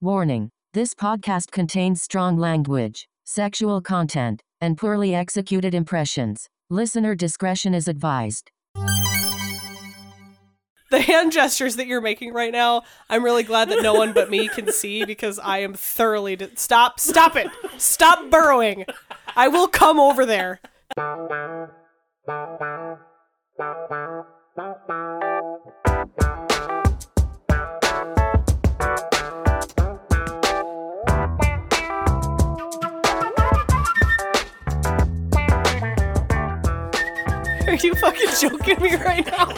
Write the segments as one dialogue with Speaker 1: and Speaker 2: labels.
Speaker 1: Warning This podcast contains strong language, sexual content, and poorly executed impressions. Listener discretion is advised.
Speaker 2: The hand gestures that you're making right now, I'm really glad that no one but me can see because I am thoroughly. Di- stop! Stop it! Stop burrowing! I will come over there. Are you fucking joking me right now?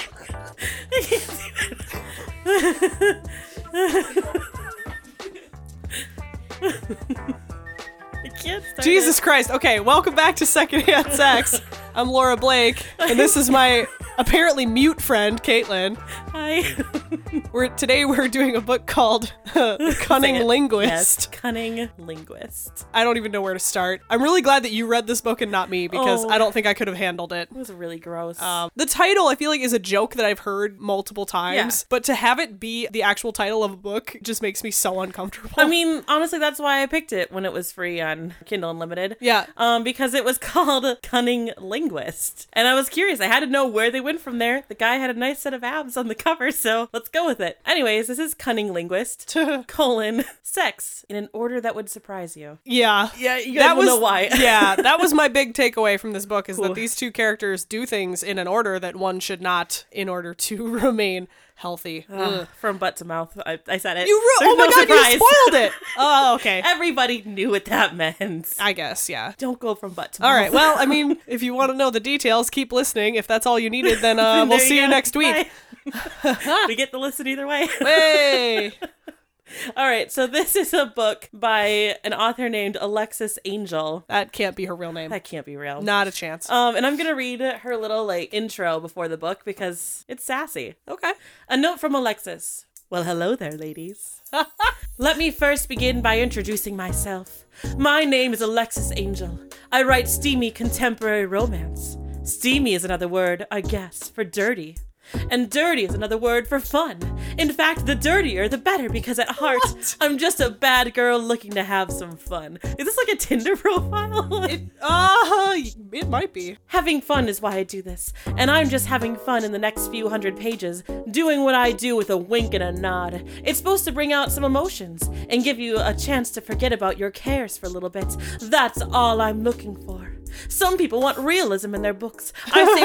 Speaker 3: I can't start
Speaker 2: Jesus
Speaker 3: it.
Speaker 2: Christ. Okay, welcome back to Secondhand Sex. I'm Laura Blake, and this is my apparently mute friend, Caitlin.
Speaker 3: Hi.
Speaker 2: We're, today we're doing a book called The Cunning
Speaker 3: Say it.
Speaker 2: Linguist.
Speaker 3: Yes, cunning linguist.
Speaker 2: I don't even know where to start. I'm really glad that you read this book and not me because
Speaker 3: Oh.
Speaker 2: I don't think I could have handled it.
Speaker 3: It was really gross.
Speaker 2: Um, the title, I feel like, is a joke that I've heard multiple times,
Speaker 3: Yeah.
Speaker 2: but to have it be the actual title of a book just makes me so uncomfortable.
Speaker 3: I mean, honestly, that's why I picked it when it was free on Kindle Unlimited.
Speaker 2: Yeah.
Speaker 3: Um, because it was called Cunning Linguist. And I was curious. I had to know where they went from there. The guy had a nice set of abs on the cover, so let's go with it. Anyways, this is Cunning Linguist, colon, sex, in an order that would surprise you.
Speaker 2: yeah.
Speaker 3: Yeah, you guys will know why.
Speaker 2: yeah, that was my big takeaway from this book is that
Speaker 3: Cool.
Speaker 2: these two characters do things in an order that one should not in order to remain healthy. Ugh.
Speaker 3: From butt to mouth. I, I said it.
Speaker 2: You ru-
Speaker 3: There's
Speaker 2: Oh my
Speaker 3: no
Speaker 2: god,
Speaker 3: surprise.
Speaker 2: you spoiled it. Oh, okay.
Speaker 3: Everybody knew what that meant.
Speaker 2: I guess, yeah.
Speaker 3: Don't go from butt to mouth.
Speaker 2: All right. Well, I mean, if you want to know the details, keep listening. If that's all you needed, then uh, we'll
Speaker 3: There
Speaker 2: see you
Speaker 3: go.
Speaker 2: next week.
Speaker 3: Bye. we get the listen either way.
Speaker 2: Hey.
Speaker 3: All right, so this is a book by an author named Alexis Angel.
Speaker 2: That can't be her real name.
Speaker 3: That can't be real.
Speaker 2: Not a chance.
Speaker 3: Um, and I'm gonna read her little like intro before the book because it's sassy.
Speaker 2: okay.
Speaker 3: A note from Alexis. Well, hello there, ladies. Let me first begin by introducing myself. My name is Alexis Angel. I write steamy contemporary romance. Steamy is another word, I guess, for dirty. And dirty is another word for fun. In fact, the dirtier, the better, because at heart, I'm just a bad girl looking to have some fun. Is this like a Tinder profile?
Speaker 2: Uh, it might be.
Speaker 3: Having fun is why I do this, and I'm just having fun in the next few hundred pages, doing what I do with a wink and a nod. It's supposed to bring out some emotions and give you a chance to forget about your cares for a little bit. That's all I'm looking for. Some people want realism in their books. I say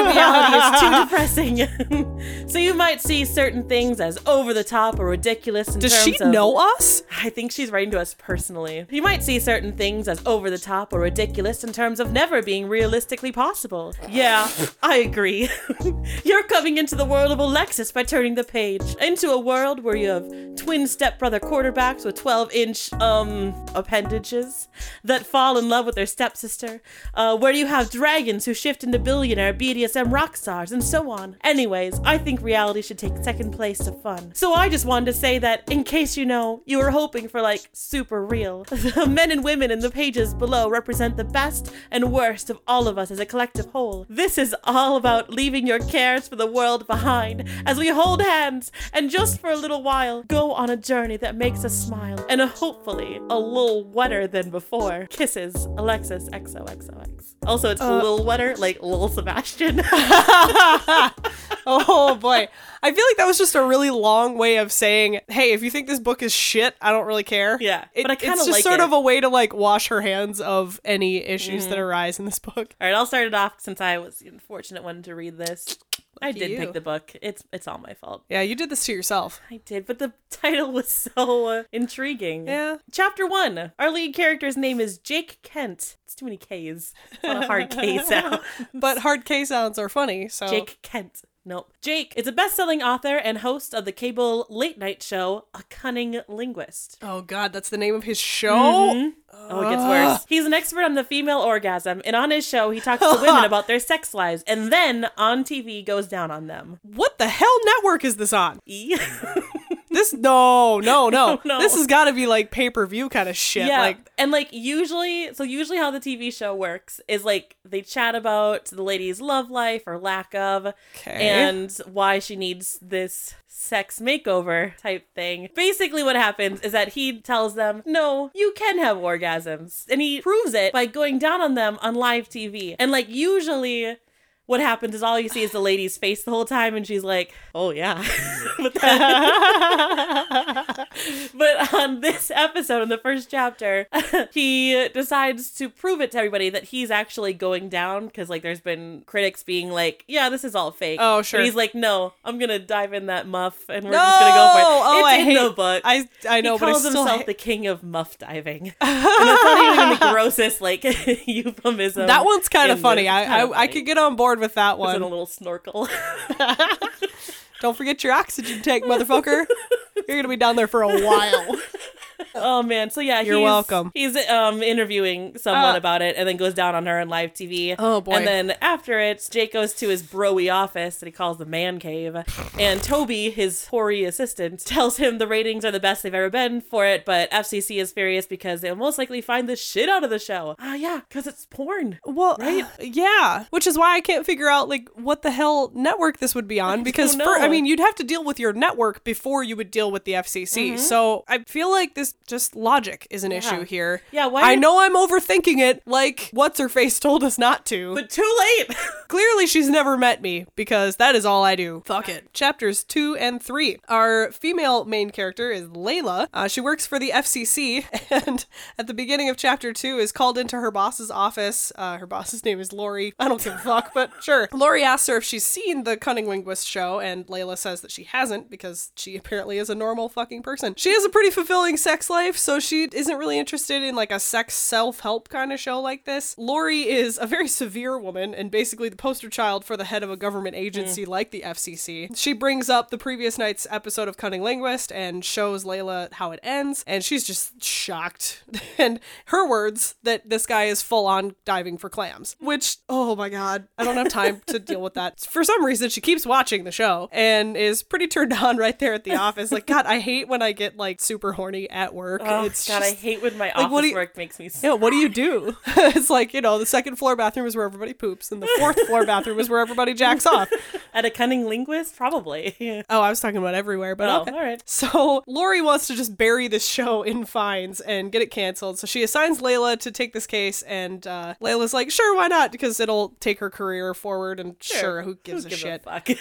Speaker 3: reality is too depressing. so you might see certain things as over the top or ridiculous in
Speaker 2: Does
Speaker 3: terms
Speaker 2: she
Speaker 3: of
Speaker 2: know us?
Speaker 3: I think she's writing to us personally. You might see certain things as over the top or ridiculous in terms of never being realistically possible. Yeah, I agree. You're coming into the world of Alexis by turning the page into a world where you have twin stepbrother quarterbacks with 12 inch, um, appendages that fall in love with their stepsister, uh, where you have dragons who shift into billionaire BDSM rock stars, and so on. Anyways, I think reality should take second place to fun. So I just wanted to say that, in case you know, you were hoping for like super real. The men and women in the pages below represent the best and worst of all of us as a collective whole. This is all about leaving your cares for the world behind as we hold hands and just for a little while go on a journey that makes us smile and hopefully a little wetter than before. Kisses, Alexis XOXOX. Also, it's a little wetter, like Lil Sebastian.
Speaker 2: Oh boy. I feel like that was just a really long way of saying, hey, if you think this book is shit, I don't really care.
Speaker 3: Yeah,
Speaker 2: It-
Speaker 3: but I kinda
Speaker 2: It's just
Speaker 3: like
Speaker 2: sort
Speaker 3: it. Mm-hmm.
Speaker 2: of a way to like wash her hands of any issues that arise in this book.
Speaker 3: All right, I'll start it off since I was the unfortunate one to read this. I
Speaker 2: Lucky
Speaker 3: did
Speaker 2: you.
Speaker 3: pick the book. It's it's all my fault.
Speaker 2: Yeah, you did this to yourself.
Speaker 3: I did, but the title was so uh, intriguing.
Speaker 2: Yeah.
Speaker 3: Chapter one. Our lead character's name is Jake Kent. It's too many K's. It's not a hard K sound.
Speaker 2: But hard K sounds are funny, so
Speaker 3: Jake Kent. Nope. Jake is a best-selling author and host of the cable late-night show A Cunning Linguist.
Speaker 2: Oh god, that's the name of his show?
Speaker 3: Oh, it gets worse. He's an expert on the female orgasm, and on his show, he talks to women about their sex lives, and then on TV goes down on them.
Speaker 2: What the hell network is this on?
Speaker 3: E.
Speaker 2: This no, no, no.
Speaker 3: No, no.
Speaker 2: This has got to be like pay per view kind of shit.
Speaker 3: yeah,
Speaker 2: Like
Speaker 3: and like usually, so usually how the TV show works is like they chat about the lady's love life or lack of,
Speaker 2: okay,
Speaker 3: and why she needs this sex makeover type thing. Basically, what happens is that he tells them, No, you can have orgasms. And he proves it by going down on them on live TV. And like, usually, what happens is all you see is the lady's face the whole time, and she's like, Oh, yeah. but, then- but on this episode, in the first chapter, he decides to prove it to everybody that he's actually going down because, like, there's been critics being like, Yeah, this is all fake.
Speaker 2: Oh, sure.
Speaker 3: And he's like, No, I'm going to dive in that muff, and we're just going to go for it.
Speaker 2: No! Oh,
Speaker 3: it's
Speaker 2: I
Speaker 3: in
Speaker 2: hate-
Speaker 3: the book.
Speaker 2: I I know,
Speaker 3: he
Speaker 2: but I
Speaker 3: calls
Speaker 2: still
Speaker 3: himself
Speaker 2: hate-
Speaker 3: the king of muff diving. and it's not even the grossest, like, euphemism.
Speaker 2: that one's kind
Speaker 3: in
Speaker 2: of
Speaker 3: the-
Speaker 2: funny.
Speaker 3: it's kinda
Speaker 2: I, I I
Speaker 3: funny.
Speaker 2: could get on board with that
Speaker 3: It's in
Speaker 2: one.
Speaker 3: a little snorkel.
Speaker 2: Don't forget your oxygen tank, motherfucker. You're gonna be down there for a while.
Speaker 3: Oh man, so yeah,
Speaker 2: You're
Speaker 3: he's-
Speaker 2: welcome.
Speaker 3: He's um interviewing someone
Speaker 2: Ah.
Speaker 3: about it, and then goes down on her on live TV.
Speaker 2: Oh, boy.
Speaker 3: And then after it, Jake goes to his broy office that he calls the man cave, and Toby, his hoary assistant, tells him the ratings are the best they've ever been for it, but FCC is furious because they'll most likely find the shit out of the show. Ah, yeah, because it's porn.
Speaker 2: Well, yeah, which is why I can't figure out like what the hell network this would be on because
Speaker 3: don't
Speaker 2: fir- I
Speaker 3: know.
Speaker 2: mean you'd have to deal with your network before you would deal with the FCC. So I feel like this just logic is an issue here.
Speaker 3: Mm-hmm. Yeah, why
Speaker 2: I
Speaker 3: are-
Speaker 2: know I'm overthinking it. Like what's her face told us not to. But
Speaker 3: But too late.
Speaker 2: clearly she's never met me because that is all I do. Fuck it. Chapters two and three. Our female main character is Layla. Uh, she works for the FCC, and at the beginning of chapter two is called into her boss's office. Uh, her boss's name is Lori. I don't give a fuck, but sure. Lori asks her if she's seen the Cunning Linguist show, and Layla says that she hasn't because she apparently is a normal fucking person. She has a pretty fulfilling sex life, so she isn't really interested in like a sex self help kind of show like this. Lori is a very severe woman and basically the poster child for the head of a government
Speaker 3: Mm.
Speaker 2: agency like the FCC. She brings up the previous night's episode of Cunning Linguist and shows Layla how it ends, and she's just shocked. and her words that this guy is full on diving for clams, which, oh my god, I don't have time to deal with that. For some reason, she keeps watching the show and is pretty turned on right there at the office. Like, God, I hate when I get like super horny at work.
Speaker 3: Oh,
Speaker 2: it's
Speaker 3: God,
Speaker 2: just-
Speaker 3: I hate when my
Speaker 2: what do
Speaker 3: office
Speaker 2: you-
Speaker 3: work makes me.
Speaker 2: yeah, what do you do? it's like, you know, the second floor bathroom is where everybody poops, and the fourth floor bathroom is where everybody jacks off.
Speaker 3: At a cunning linguist, probably.
Speaker 2: Oh, I was talking about everywhere, but
Speaker 3: Oh,
Speaker 2: okay.
Speaker 3: all right.
Speaker 2: So Lori wants to just bury this show in fines and get it canceled. So she assigns Layla to take this case, and uh, Layla's like, sure, why not? Because it'll take her career forward, and sure, who gives a shit?
Speaker 3: fuck?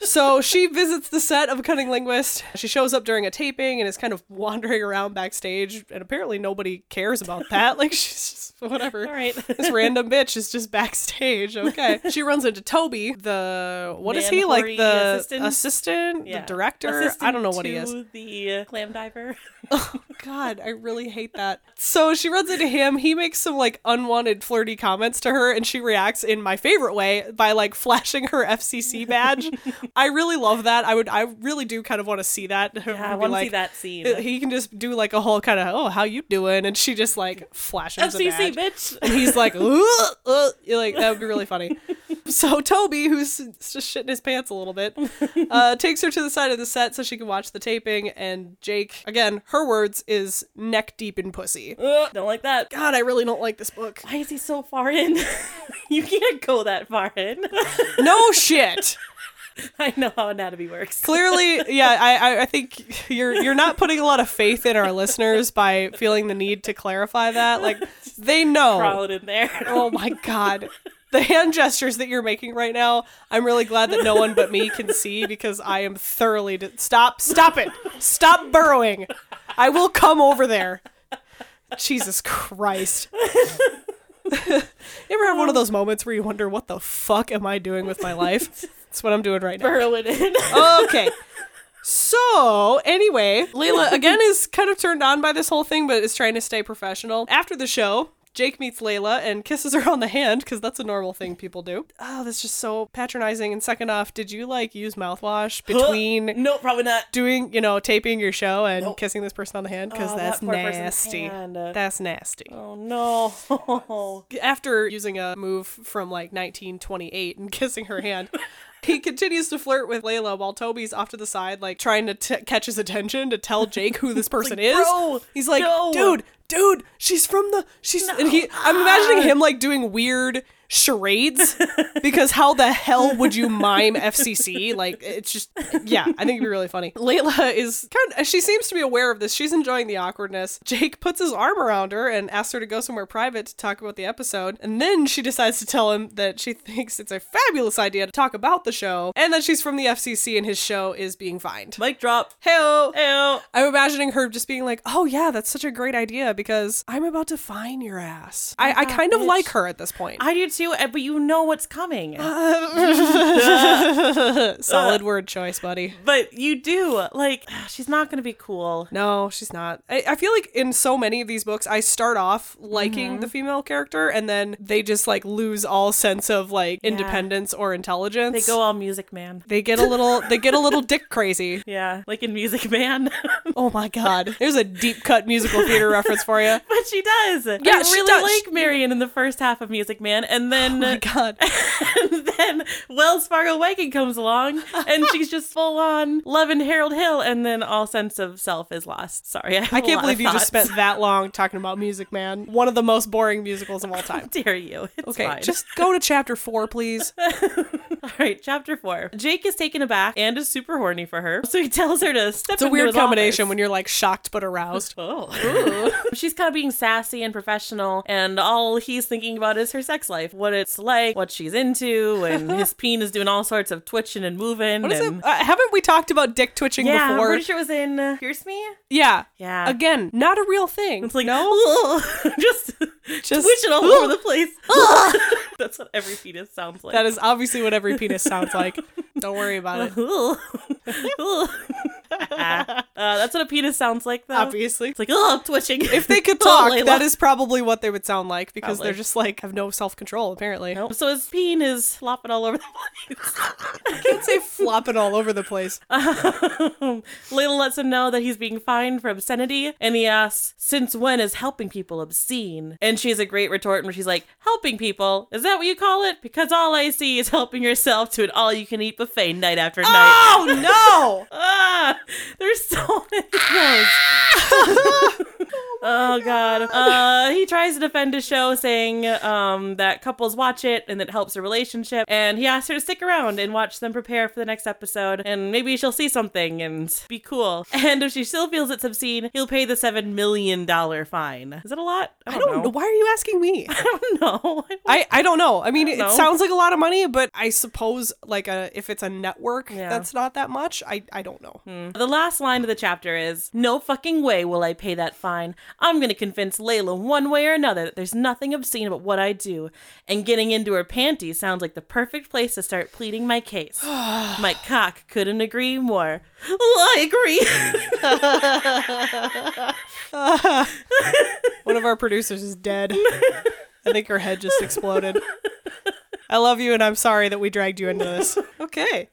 Speaker 2: So she visits the set of Cunning Linguist. She shows up during a taping and is kind of wandering around backstage, and apparently nobody cares about that. Like, she's just, whatever.
Speaker 3: All right.
Speaker 2: this random bitch is just backstage. Okay. She runs into Toby, the what is
Speaker 3: Man
Speaker 2: he like
Speaker 3: whore-y
Speaker 2: the assistant,
Speaker 3: assistant?
Speaker 2: the director? I
Speaker 3: Assistant
Speaker 2: don't know what he is.
Speaker 3: to The clam diver. Oh,
Speaker 2: God, I really hate that. So she runs into him. He makes some like unwanted flirty comments to her, and she reacts in my favorite way by like flashing her FCC badge. I really love that. I would, I really do kind of want to see that.
Speaker 3: Yeah, I
Speaker 2: Be
Speaker 3: want to see
Speaker 2: like- "Uh,
Speaker 3: that scene.
Speaker 2: He can just do like a whole kind of oh how you doing, and she just like flashes the badge.
Speaker 3: FCC, bitch.
Speaker 2: And he's like, "Ugh, ugh," you're like that would be really funny. So Toby, who's just shitting his pants a little bit, uh, takes her to the side of the set so she can watch the taping. And Jake, again, her words is neck deep in pussy.
Speaker 3: Ugh, Don't like that.
Speaker 2: God, I really don't like this book.
Speaker 3: Why is he so far in? you can't go that far in.
Speaker 2: No shit.
Speaker 3: I know how anatomy works.
Speaker 2: Clearly, yeah, I, I, I think you're you're not putting a lot of faith in our listeners by feeling the need to clarify that. Like they know.
Speaker 3: Crawl it in there.
Speaker 2: Oh my god. The hand gestures that you're making right now, I'm really glad that no one but me can see because I am thoroughly di- stop stop it. Stop burrowing. I will come over there. Jesus Christ. you ever have one of those moments where you wonder what the fuck am I doing with my life? That's what I'm doing right now
Speaker 3: Burrow it in.
Speaker 2: okay. So, anyway, Layla again is kind of turned on by this whole thing, but is trying to stay professional. After the show, Jake meets Layla and kisses her on the hand because that's a normal thing people do. Oh, that's just so patronizing. And second off, did you like use mouthwash between
Speaker 3: no, probably not.
Speaker 2: doing, you know, taping your show and kissing this person on the hand? Because
Speaker 3: Oh,
Speaker 2: that's
Speaker 3: that poor person's
Speaker 2: nasty.
Speaker 3: hand.
Speaker 2: That's nasty
Speaker 3: Oh no.
Speaker 2: after using a move from like 1928 and kissing her hand, He continues to flirt with Layla while Toby's off to the side, like trying to t- catch his attention to tell Jake who this person is.
Speaker 3: "Bro,
Speaker 2: He's like,
Speaker 3: no."
Speaker 2: dude, dude, she's from the she's and he I'm imagining him like doing weird charades because how the hell would you mime FCC? Like it's just yeah, I think it'd be really funny. Layla is kind of she seems to be aware of this. She's enjoying the awkwardness. Jake puts his arm around her and asks her to go somewhere private to talk about the episode. And then she decides to tell him that she thinks it's a fabulous idea to talk about the show and that she's from the FCC and his show is being fined.
Speaker 3: Mic drop.
Speaker 2: Heyo.
Speaker 3: Ew.
Speaker 2: I'm imagining her just being like, "Oh yeah, that's such a great idea because I'm about to fine your ass." I, I kind of like her at this point.
Speaker 3: I do too, eh, but you know what's coming.
Speaker 2: Solid word choice, buddy.
Speaker 3: but you do. Like, she's not going to be cool.
Speaker 2: No, she's not. I, I feel like in so many of these books, I start off liking the female character, and then they just like lose all sense of like independence or intelligence.
Speaker 3: They go all Music Man.
Speaker 2: They get a little. They get a little dick crazy.
Speaker 3: Yeah, like in Music Man.
Speaker 2: Oh my god! There's a deep cut musical theater reference for you.
Speaker 3: but she does. Yeah, I
Speaker 2: Yeah, she
Speaker 3: really
Speaker 2: does.
Speaker 3: like Marion in the first half of Music Man, and then
Speaker 2: Oh my god.
Speaker 3: and then Wells Fargo Viking comes along, and she's just full on loving Harold Hill, and then all sense of self is lost. Sorry, I, have
Speaker 2: I
Speaker 3: a lot
Speaker 2: can't
Speaker 3: of
Speaker 2: believe you just
Speaker 3: thoughts.
Speaker 2: spent that long talking about Music Man, one of the most boring musicals of all time.
Speaker 3: Dare you? It's
Speaker 2: Okay,
Speaker 3: fine.
Speaker 2: just go to chapter four, please.
Speaker 3: all right. Chapter four. Jake is taken aback and is super horny for her, so he tells her to step.
Speaker 2: It's a weird combination when you're like shocked but aroused.
Speaker 3: Oh. She's kind of being sassy and professional, and all he's thinking about is her sex life, what it's like, what she's into, and his peen is doing all sorts of twitching and moving.
Speaker 2: What is
Speaker 3: and
Speaker 2: it? Uh, haven't we talked about dick twitching
Speaker 3: Yeah, I'm
Speaker 2: before?
Speaker 3: pretty sure it was in uh, Pierce Me.
Speaker 2: Yeah.
Speaker 3: Yeah.
Speaker 2: Again, not a real thing.
Speaker 3: It's like no, just
Speaker 2: Just-
Speaker 3: twitching all over the place. That's what every fetus sounds like.
Speaker 2: that is obviously what every penis sounds like. Don't worry about it.
Speaker 3: uh, that's what a penis sounds like, though.
Speaker 2: Obviously.
Speaker 3: It's like, oh, I'm twitching. Oh,
Speaker 2: If they could talk, that is probably what they would sound like because
Speaker 3: Probably.
Speaker 2: they're just like have no self control apparently.
Speaker 3: So his peen is flopping all over the place.
Speaker 2: I'd say flopping all over the place.
Speaker 3: Um, Layla lets him know that he's being fined for obscenity, and he asks, "Since when is helping people obscene?" And she has a great retort, where she's like, "Helping people is that what you call it? Because all I see is helping yourself to an all-you-can-eat buffet night after night."
Speaker 2: Oh no!
Speaker 3: Ah, there's so many of those. oh god. Uh, he tries to defend his show, saying um, that couples watch it and it helps a relationship. And he asks her to stick around and watch them prepare for the next episode, and maybe she'll see something and be cool. And if she still feels it's obscene, he'll pay the seven million dollar fine. Is that a lot? I
Speaker 2: I
Speaker 3: don't,
Speaker 2: don't
Speaker 3: know.
Speaker 2: why are you asking me?
Speaker 3: I don't know.
Speaker 2: I, I don't know. I mean, it
Speaker 3: know.
Speaker 2: sounds like a lot of money, but I suppose like a if it's a network
Speaker 3: Yeah. Hmm.
Speaker 2: that's not that much. I I don't know.
Speaker 3: The last line of the chapter is No fucking way will I pay that fine. I'm going to convince Layla one way or another that there's nothing obscene about what I do. And getting into her panties sounds like the perfect place to start pleading my case. my cock couldn't agree more. Well, I agree.
Speaker 2: One of our producers is dead. I think her head just exploded. I love you, and I'm sorry that we dragged you into this. Okay.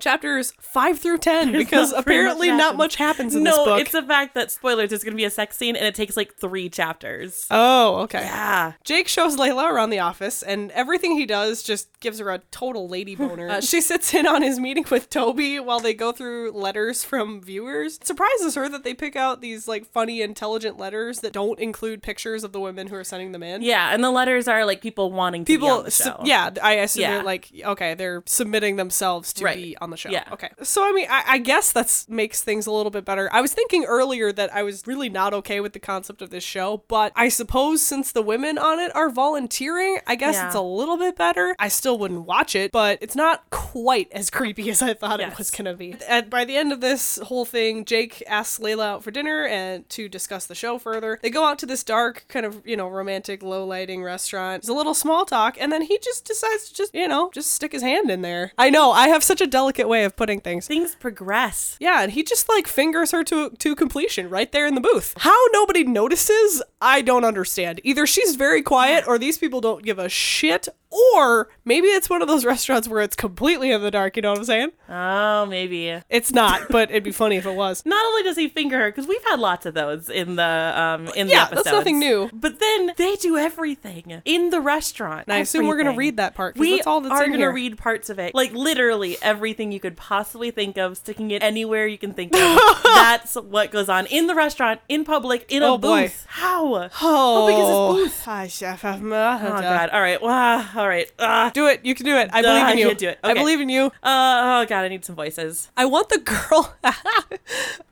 Speaker 2: Chapters five through ten, because
Speaker 3: not very
Speaker 2: apparently
Speaker 3: much
Speaker 2: not
Speaker 3: happens.
Speaker 2: much happens in this
Speaker 3: no,
Speaker 2: book.
Speaker 3: it's the fact that, spoilers, there's going to be a sex scene and it takes like three chapters.
Speaker 2: oh, okay.
Speaker 3: Yeah.
Speaker 2: Jake shows Layla around the office, and everything he does just gives her a total lady boner. Uh, she sits in on his meeting with Toby while they go through letters from viewers. It surprises her that they pick out these like funny, intelligent letters that don't include pictures of the women who are sending them in.
Speaker 3: Yeah, and the letters are like people wanting to be
Speaker 2: People,
Speaker 3: on the
Speaker 2: su-
Speaker 3: show.
Speaker 2: yeah, I assume
Speaker 3: Yeah.
Speaker 2: they're like, okay, they're submitting themselves to
Speaker 3: Right.
Speaker 2: be on the show.
Speaker 3: Yeah.
Speaker 2: Okay. So, I mean, I, I guess that's makes things a little bit better. I was thinking earlier that I was really not okay with the concept of this show, but I suppose since the women on it are volunteering, I guess
Speaker 3: Yeah.
Speaker 2: it's a little bit better. I still wouldn't watch it, but it's not quite as creepy as I thought it was
Speaker 3: Yes.
Speaker 2: going to be. And by the end of this whole thing, Jake asks Layla out for dinner and to discuss the show further. They go out to this dark, kind of, you know, romantic, low lighting restaurant. There's a little small talk, and then he just decides to just, you know, just stick his hand in there. I know, I have such a delicate way of putting things.
Speaker 3: Things progress.
Speaker 2: Yeah, and he just like fingers her to to completion right there in the booth. How nobody notices, I don't understand. Either she's very quiet or these people don't give a shit Or maybe it's one of those restaurants where it's completely in the dark, you know what I'm saying?
Speaker 3: Oh, maybe.
Speaker 2: It's not, but it'd be funny if it was.
Speaker 3: Not only does he finger her, because we've had lots of those in the um in
Speaker 2: Yeah,
Speaker 3: the
Speaker 2: that's
Speaker 3: episodes.
Speaker 2: nothing new.
Speaker 3: But then they do everything in the restaurant.
Speaker 2: And I assume we're gonna
Speaker 3: Everything.
Speaker 2: read that part. 'cause
Speaker 3: We
Speaker 2: that's all that's
Speaker 3: are
Speaker 2: in
Speaker 3: gonna
Speaker 2: here.
Speaker 3: read parts of it, like literally everything you could possibly think of, sticking it anywhere you can think of. That's what goes on in the restaurant, in public, in a
Speaker 2: Oh, boy.
Speaker 3: booth. How?
Speaker 2: Oh,
Speaker 3: big is this Oh
Speaker 2: God.
Speaker 3: god! All right. Wow. All right. Ah.
Speaker 2: Do it. You can do it. I believe
Speaker 3: Ah,
Speaker 2: in you.
Speaker 3: you do it.
Speaker 2: I
Speaker 3: Okay.
Speaker 2: believe in you.
Speaker 3: Uh, oh god! I need some voices.
Speaker 2: I want the girl.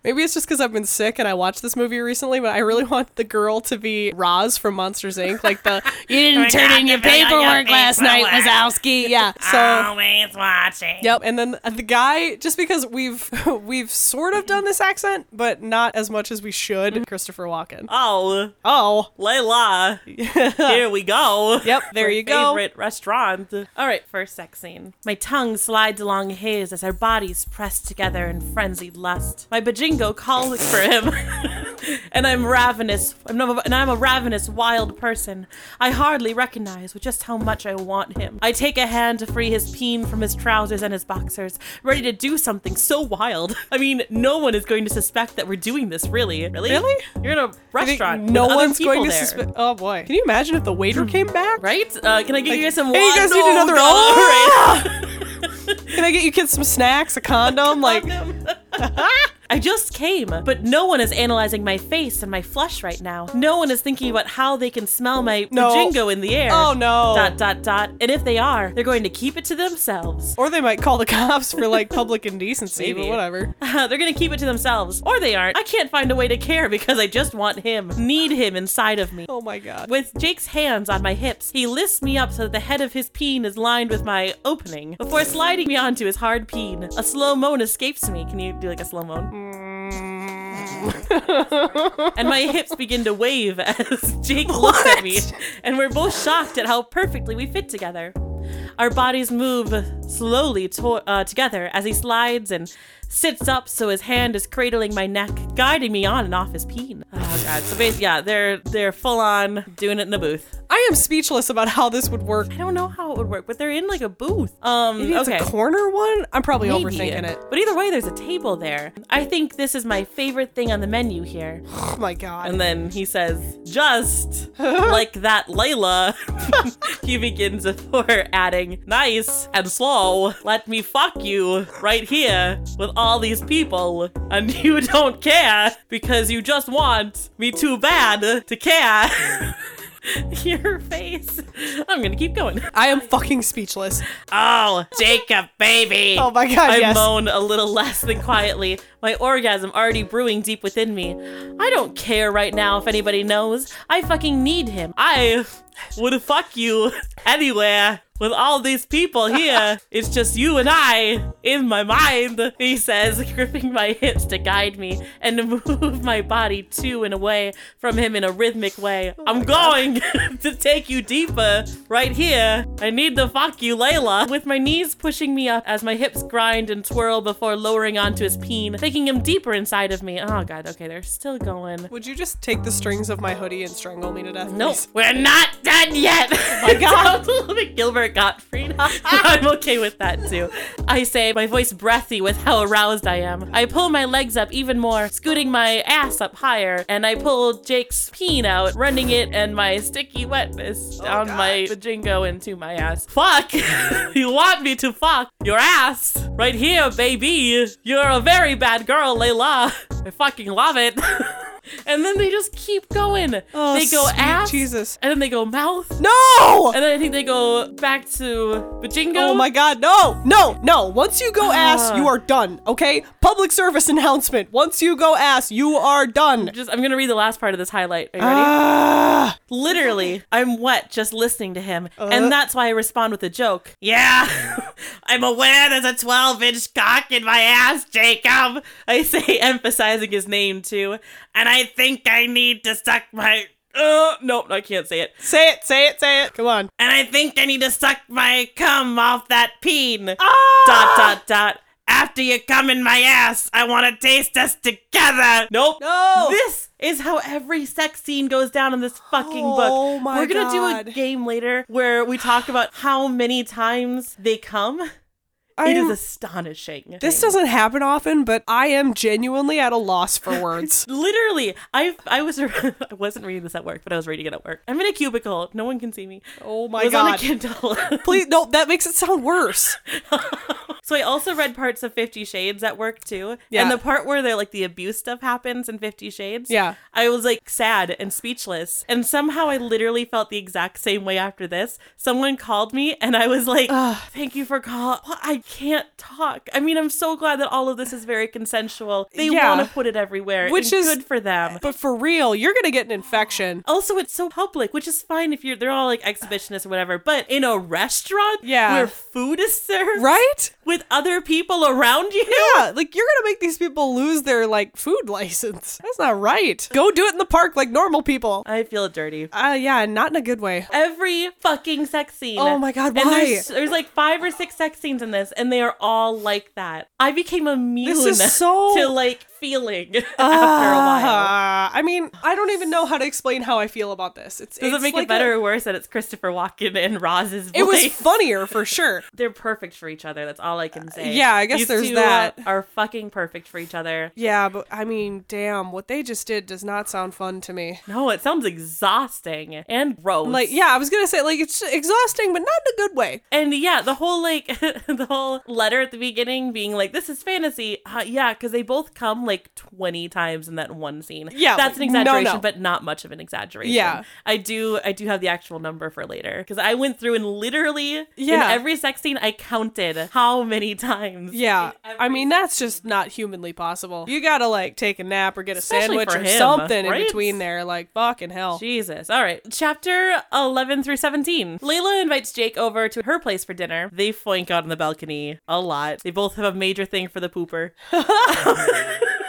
Speaker 2: Maybe it's just because I've been sick and I watched this movie recently, but I really want the girl to be Roz from Monsters Inc. Like the you didn't turn in your paperwork last night, Wazowski. Yeah. So
Speaker 3: Always watching.
Speaker 2: yep. And then the guy, just because we've we've sort of done this accent, but not as much as we should. Christopher Walken.
Speaker 3: Oh,
Speaker 2: Oh.
Speaker 3: Layla. Here we go.
Speaker 2: Yep. There
Speaker 3: Her
Speaker 2: you go.
Speaker 3: Favorite restaurant. All right, first sex scene. My tongue slides along his as our bodies press together in frenzied lust. My bajingo calls for him, and I'm ravenous. I'm no, and I'm a ravenous, wild person. I hardly recognize just how much I want him. I take a hand to free his peen from his trousers and his boxers, ready to do something so wild. I mean, no one is going to suspect that we're doing this, really. Really?
Speaker 2: Really?
Speaker 3: You're in a
Speaker 2: I think
Speaker 3: restaurant.
Speaker 2: no
Speaker 3: with other
Speaker 2: one's going
Speaker 3: people
Speaker 2: to
Speaker 3: there.
Speaker 2: suspect. Oh boy. Hmm. Can you imagine if the waiter came back?
Speaker 3: Right? Uh, can I give you guys some
Speaker 2: Hey, you
Speaker 3: wine?
Speaker 2: guys need
Speaker 3: No,
Speaker 2: another-
Speaker 3: no,
Speaker 2: Oh!
Speaker 3: all right.
Speaker 2: Can I get you kids some snacks, a condom? Like,
Speaker 3: I just came, but no one is analyzing my face and my flesh right now. No one is thinking about how they can smell my
Speaker 2: No.
Speaker 3: jingo in the air.
Speaker 2: oh no.
Speaker 3: Dot dot dot. And if they are, they're going to keep it to themselves.
Speaker 2: Or they might call the cops for like public indecency, but
Speaker 3: Maybe.
Speaker 2: whatever.
Speaker 3: they're going to keep it to themselves. Or they aren't. I can't find a way to care because I just want him. Need him inside of me.
Speaker 2: Oh my god.
Speaker 3: With Jake's hands on my hips, he lifts me up so that the head of his peen is lined with my opening before sliding me onto his hard peen. A slow moan escapes me. Can you do like a slow moan? and my hips begin to wave as Jake looks at me, and we're both shocked at how perfectly we fit together. Our bodies move slowly to- uh, together as he slides and sits up so his hand is cradling my neck, guiding me on and off his peen. Oh god. So basically, yeah, they're they're full on doing it in a booth.
Speaker 2: I am speechless about how this would work.
Speaker 3: I don't know how it would work, but they're in like a booth. Um
Speaker 2: Maybe it's
Speaker 3: okay.
Speaker 2: a corner one? I'm probably
Speaker 3: Maybe.
Speaker 2: overthinking it.
Speaker 3: But either way, there's a table there. I think this is my favorite thing on the menu here.
Speaker 2: Oh my god.
Speaker 3: And then he says, just like that, Layla. he begins before adding, nice and slow. Let me fuck you right here with all these people. And you don't care because you just want me too bad to care. Your face. I'm gonna keep going.
Speaker 2: I am fucking speechless.
Speaker 3: Oh, Jacob, baby.
Speaker 2: Oh my god,
Speaker 3: I
Speaker 2: yes.
Speaker 3: moan a little less than quietly, my orgasm already brewing deep within me. I don't care right now if anybody knows. I fucking need him. I would fuck you anywhere with all these people here. It's just you and I in my mind, he says, gripping my hips to guide me and to move my body to and away from him in a rhythmic way. I'm going to take you deeper right here. I need to fuck you, Layla. With my knees pushing me up as my hips grind and twirl before lowering onto his peen, taking him deeper inside of me. Oh god, okay, they're still going.
Speaker 2: Would you just take the strings of my hoodie and strangle me to death?
Speaker 3: Nope,
Speaker 2: please?
Speaker 3: we're not done yet.
Speaker 2: my God.
Speaker 3: Sounds a little bit Gilbert Gottfried. I'm okay with that too. I say, my voice breathy with how aroused I am. I pull my legs up even more, scooting my ass up higher, and I pull Jake's peen out, running it and my sticky wetness down
Speaker 2: Oh, God.
Speaker 3: my bajingo into my ass. Fuck! you want me to fuck your ass right here, baby? You're a very bad girl, Layla. I fucking love it. And then they just keep going.
Speaker 2: Oh,
Speaker 3: they go
Speaker 2: sweet
Speaker 3: ass,
Speaker 2: Jesus.
Speaker 3: and then they go mouth,
Speaker 2: No!
Speaker 3: and then I think they go back to Bajingo.
Speaker 2: Oh my god, no! No, no. Once you go ass,
Speaker 3: Ah.
Speaker 2: you are done, okay? Public service announcement. Once you go ass, you are done.
Speaker 3: Just, I'm gonna read the last part of this highlight. Are you ready?
Speaker 2: Ah.
Speaker 3: Literally, I'm wet just listening to him,
Speaker 2: Uh.
Speaker 3: and that's why I respond with a joke. Yeah, I'm aware there's a 12 inch cock in my ass, Jacob. I say, emphasizing his name too. And I think I need to suck my. Uh, nope, I can't say it.
Speaker 2: Say it, say it, say it. Come on.
Speaker 3: And I think I need to suck my cum off that peen.
Speaker 2: Ah!
Speaker 3: dot dot dot. After you come in my ass, I want to taste us together. Nope.
Speaker 2: No.
Speaker 3: This is how every sex scene goes down in this fucking book.
Speaker 2: Oh my
Speaker 3: We're gonna do a
Speaker 2: God.
Speaker 3: game later where we talk about how many times they come.
Speaker 2: I
Speaker 3: it
Speaker 2: am-
Speaker 3: is astonishing.
Speaker 2: This doesn't happen often, but I am genuinely at a loss for words.
Speaker 3: Literally, I I was I wasn't reading this at work, but I was reading it at work. I'm in a cubicle. No one can see me.
Speaker 2: Oh
Speaker 3: I
Speaker 2: my
Speaker 3: was on a
Speaker 2: god.
Speaker 3: Kindle.
Speaker 2: Please, no, that makes it sound worse.
Speaker 3: so I also read parts of Fifty Shades at work too.
Speaker 2: Yeah.
Speaker 3: And the part where they like the abuse stuff happens in Fifty Shades.
Speaker 2: Yeah.
Speaker 3: I was like sad and speechless. And somehow I literally felt the exact same way after this. Someone called me and I was like, thank you for call. I can't talk. I mean, I'm so glad that all of this is very consensual. They
Speaker 2: Yeah.
Speaker 3: want to put it everywhere.
Speaker 2: Which
Speaker 3: Which
Speaker 2: is-
Speaker 3: is good for them.
Speaker 2: But for real, you're gonna get an infection.
Speaker 3: Also, it's so public, which is fine if you're they're all like exhibitionists or whatever, but in a restaurant
Speaker 2: Yeah.
Speaker 3: where food is served
Speaker 2: Right?
Speaker 3: with other people around you.
Speaker 2: Yeah, like you're gonna make these people lose their like food license. That's not right. Go do it in the park like normal people.
Speaker 3: I feel dirty.
Speaker 2: Uh yeah, not in a good way.
Speaker 3: Every fucking sex scene.
Speaker 2: Oh my God,
Speaker 3: And
Speaker 2: why?
Speaker 3: there's, there's like five or six sex scenes in this, and they are all like that. I became immune
Speaker 2: is so-
Speaker 3: to like feeling after a while.
Speaker 2: Ah, I mean, I don't even know how to explain how I feel about this. It's
Speaker 3: Does
Speaker 2: it's
Speaker 3: it make
Speaker 2: like
Speaker 3: it better
Speaker 2: a-
Speaker 3: or worse that it's Christopher Walken and Roz's voice?
Speaker 2: it was funnier for sure.
Speaker 3: they're perfect for each other. That's all I can say.
Speaker 2: Uh, yeah, I guess
Speaker 3: These
Speaker 2: there's
Speaker 3: two
Speaker 2: that.
Speaker 3: Are, are fucking perfect for each other.
Speaker 2: Yeah, but I mean, damn, what they just did does not sound fun to me.
Speaker 3: No, it sounds exhausting and gross.
Speaker 2: Like, yeah, I was gonna say like it's exhausting, but not in a good way.
Speaker 3: and yeah, the whole like the whole letter at the beginning being like, "This is fantasy." Uh, yeah, because they both come like twenty times in that one scene.
Speaker 2: Yeah,
Speaker 3: that's an
Speaker 2: like, no,
Speaker 3: exaggeration,
Speaker 2: no.
Speaker 3: but not much of an exaggeration.
Speaker 2: Yeah.
Speaker 3: I do. I do have the actual number for later because I went through and literally in
Speaker 2: Yeah.
Speaker 3: every sex scene I counted how many times.
Speaker 2: Yeah,
Speaker 3: in every
Speaker 2: I mean that's just not humanly possible. You gotta like take a nap or get a
Speaker 3: Especially
Speaker 2: sandwich
Speaker 3: for
Speaker 2: or
Speaker 3: him,
Speaker 2: something in
Speaker 3: right?
Speaker 2: between there. Like fucking hell.
Speaker 3: Jesus. All right. Chapter 11 through 17. Layla invites Jake over to her place for dinner. They foink out on the balcony a lot. They both have a major thing for the pooper.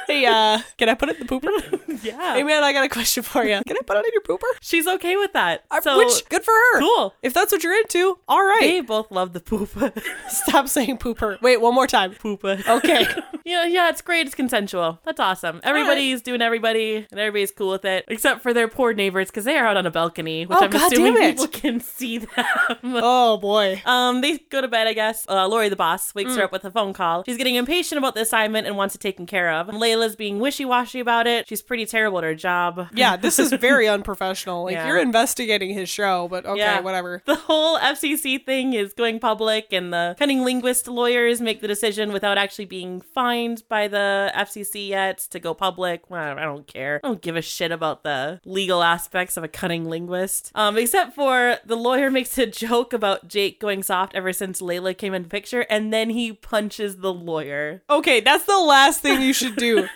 Speaker 2: Hey, uh, can I put it in the pooper?
Speaker 3: Yeah.
Speaker 2: hey man, I got a question for you. Can I put it in your pooper?
Speaker 3: She's okay with that.
Speaker 2: I-
Speaker 3: So
Speaker 2: Which good for her.
Speaker 3: Cool.
Speaker 2: If that's what you're into, all right.
Speaker 3: they both love the poopa.
Speaker 2: Stop saying pooper. Wait, one more time.
Speaker 3: poopa.
Speaker 2: Okay.
Speaker 3: yeah, yeah, it's great. It's consensual. That's awesome. Everybody's doing everybody, and everybody's cool with it, except for their poor neighbors because they are out on a balcony, which
Speaker 2: Oh,
Speaker 3: I'm
Speaker 2: God
Speaker 3: assuming
Speaker 2: damn it.
Speaker 3: people can see them.
Speaker 2: oh boy.
Speaker 3: Um, they go to bed, I guess. Uh, Lori, the boss, wakes her up with a phone call. She's getting impatient about the assignment and wants it taken care of. Layla's being wishy-washy about it. She's pretty terrible at her job.
Speaker 2: Yeah, this is very unprofessional. Like
Speaker 3: Yeah.
Speaker 2: you're investigating his show, but okay,
Speaker 3: Yeah.
Speaker 2: whatever.
Speaker 3: The whole FCC thing is going public, and the cunning linguist lawyers make the decision without actually being fined by the FCC yet to go public. Well, I don't care. I don't give a shit about the legal aspects of a cunning linguist. Um, except for the lawyer makes a joke about Jake going soft ever since Layla came in the picture, and then he punches the lawyer.
Speaker 2: Okay, that's the last thing you should do.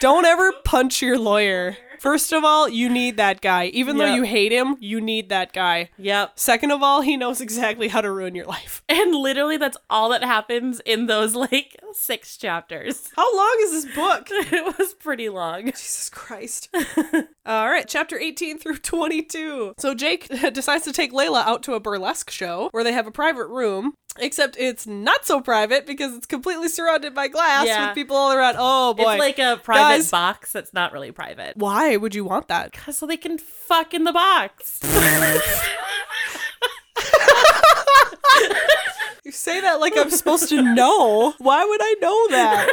Speaker 2: Don't ever punch your lawyer. First of all, you need that guy. Even though
Speaker 3: Yep.
Speaker 2: you hate him, you need that guy.
Speaker 3: Yep.
Speaker 2: Second of all, he knows exactly how to ruin your life.
Speaker 3: And literally, that's all that happens in those like six chapters.
Speaker 2: How long is this book?
Speaker 3: It was pretty long.
Speaker 2: Jesus Christ. All right, chapter 18 through 22. So Jake decides to take Layla out to a burlesque show where they have a private room, except it's not so private because it's completely surrounded by glass
Speaker 3: Yeah.
Speaker 2: with people all around. Oh boy.
Speaker 3: It's like a private
Speaker 2: Guys.
Speaker 3: box that's not really private.
Speaker 2: why would you want that?
Speaker 3: So they can fuck in the box.
Speaker 2: You say that like I'm supposed to know. Why would I know that?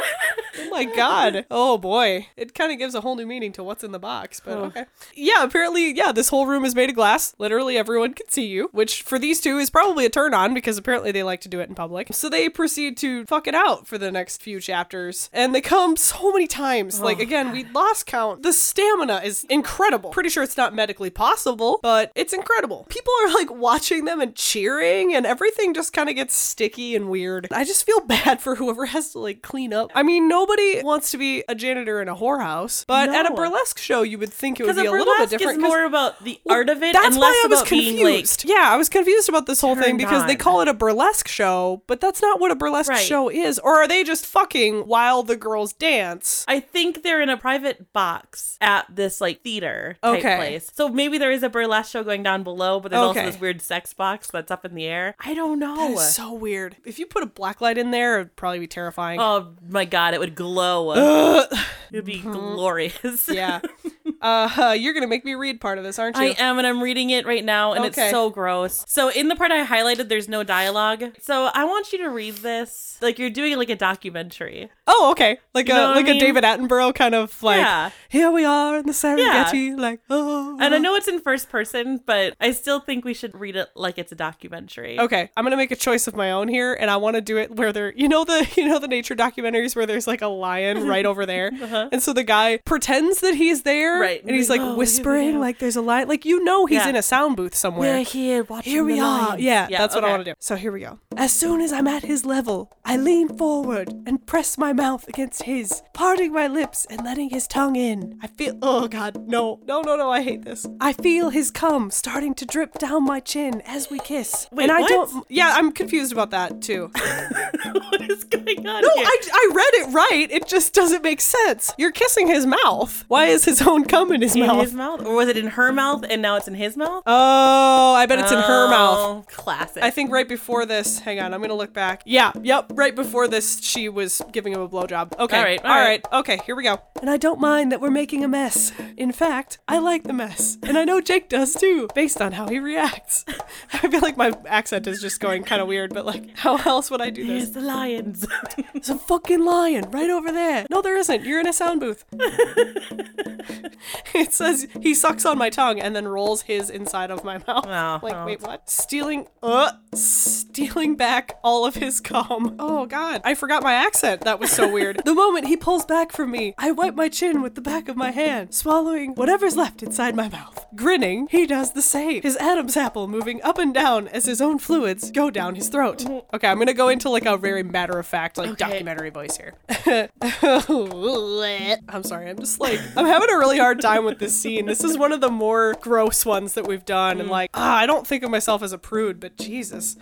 Speaker 2: Oh my god. Oh boy. It kind of gives a whole new meaning to what's in the box, but okay. Yeah, apparently, yeah, this whole room is made of glass. Literally everyone can see you, which for these two is probably a turn on because apparently they like to do it in public. So they proceed to fuck it out for the next few chapters. And they come so many times. Like again, we lost count. The stamina is incredible. Pretty sure it's not medically possible, but it's incredible. People are like watching them and cheering and everything just kind of gets sticky and weird. I just feel bad for whoever has to like clean up. I mean, nobody wants to be a janitor in a whorehouse, but at a
Speaker 3: No.
Speaker 2: burlesque show you would think it would
Speaker 3: Because
Speaker 2: be
Speaker 3: a
Speaker 2: a little bit
Speaker 3: burlesque is
Speaker 2: different 'cause-
Speaker 3: more about the
Speaker 2: well,
Speaker 3: art of it
Speaker 2: That's
Speaker 3: and
Speaker 2: why
Speaker 3: less
Speaker 2: I was
Speaker 3: about
Speaker 2: confused.
Speaker 3: being like.
Speaker 2: yeah, I was confused about this whole thing
Speaker 3: turned
Speaker 2: because they
Speaker 3: on.
Speaker 2: call it a burlesque show, but that's not what a burlesque
Speaker 3: Right.
Speaker 2: show is. Or are they just fucking while the girls dance?
Speaker 3: I think they're in a private box at this like theater type
Speaker 2: Okay.
Speaker 3: place. So maybe there is a burlesque show going down below, but there's
Speaker 2: Okay.
Speaker 3: also this weird sex box that's up in the air. I don't know.
Speaker 2: That is so weird. If you put a black light in there, it'd probably be terrifying.
Speaker 3: oh my god, it would glow. It'd be glorious.
Speaker 2: Mm-hmm. Yeah. Uh, you're gonna make me read part of this, aren't you?
Speaker 3: I am, and I'm reading it right now, and
Speaker 2: Okay.
Speaker 3: it's so gross. So in the part I highlighted, there's no dialogue. So I want you to read this like you're doing like a documentary.
Speaker 2: oh, okay. Like
Speaker 3: know
Speaker 2: a
Speaker 3: what I
Speaker 2: like a
Speaker 3: mean?
Speaker 2: David Attenborough kind of like.
Speaker 3: Yeah.
Speaker 2: Here we are in the Serengeti, like oh.
Speaker 3: And I know it's in first person, but I still think we should read it like it's a documentary.
Speaker 2: Okay, I'm gonna make a choice of my own here, and I want to do it where there, you know the you know the nature documentaries where there's like a lion right over there, and so the guy pretends that he's there,
Speaker 3: Uh-huh. Right.
Speaker 2: And he's like
Speaker 3: Oh, here we
Speaker 2: whispering,
Speaker 3: go.
Speaker 2: like there's a lion, like you know he's
Speaker 3: Yeah.
Speaker 2: in a sound booth somewhere.
Speaker 3: We're here watching.
Speaker 2: Here we
Speaker 3: the
Speaker 2: are.
Speaker 3: lions.
Speaker 2: Yeah, that's what I
Speaker 3: okay.
Speaker 2: want to do. So here we go. As soon as I'm at his level, I lean forward and press my mouth against his, parting my lips and letting his tongue in. I feel. Oh God, no, no, no, no! I hate this. I feel his cum starting to drip down my chin as we kiss.
Speaker 3: Wait,
Speaker 2: and I
Speaker 3: what?
Speaker 2: don't. Yeah, I'm confused about that too. no,
Speaker 3: what is going on? here?
Speaker 2: I, I read it right. It just doesn't make sense. You're kissing his mouth. Why is his own cum in his
Speaker 3: in
Speaker 2: mouth?
Speaker 3: his mouth, or was it in her mouth, and now it's in his mouth?
Speaker 2: oh, I bet it's in her mouth.
Speaker 3: Oh, Classic.
Speaker 2: I think right before this, hang on, I'm gonna look back. Yeah, yep, right before this, she was giving him a blowjob. Okay,
Speaker 3: All right, all right.
Speaker 2: okay, here we go. And I don't mind that we're making a mess. In fact, I like the mess, and I know Jake does too, based on how he reacts. I feel like my accent is just going kind of weird, but like, how else would I do this?
Speaker 3: There's the lions.
Speaker 2: There's a fucking lion right over there. No, there isn't. You're in a sound booth. it says he sucks on my tongue and then rolls his inside of my mouth.
Speaker 3: Oh,
Speaker 2: like,
Speaker 3: oh.
Speaker 2: wait, what? Stealing, uh, stealing back all of his cum. Oh, God. I forgot my accent. That was so weird. the moment he pulls back from me, I wipe my chin with the back of my hand, swallowing whatever's left inside my mouth. Grinning, he does the same, his Adam's apple moving up and down as his own fluids go down his throat.
Speaker 3: Mm-hmm.
Speaker 2: Okay, I'm gonna go into like a very matter of fact, like documentary voice here. Oh. I'm sorry, I'm just like, I'm having a really hard time with this scene. This is one of the more gross ones that we've done, and like, ah, I don't think of myself as a prude, but Jesus.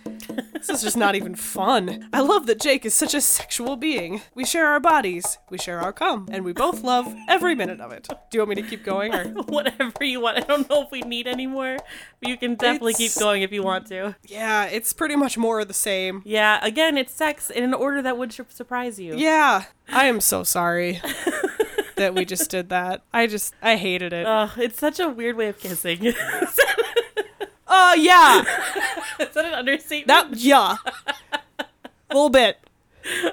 Speaker 2: This is just not even fun. I love that Jake is such a sexual being. We share our bodies, we share our cum, and we both love every minute of it. Do you want me to keep going or
Speaker 3: Whatever you want. I don't know if we need any more, but you can definitely
Speaker 2: It's-
Speaker 3: keep going if you want to.
Speaker 2: Yeah, it's pretty much more of the same.
Speaker 3: Yeah, again, it's sex in an order that would sur- surprise you.
Speaker 2: Yeah, I am so sorry that we just did that. I just I hated it.
Speaker 3: Ugh, it's such a weird way of kissing. Is
Speaker 2: Oh yeah,
Speaker 3: that an understatement?
Speaker 2: that yeah, a little bit.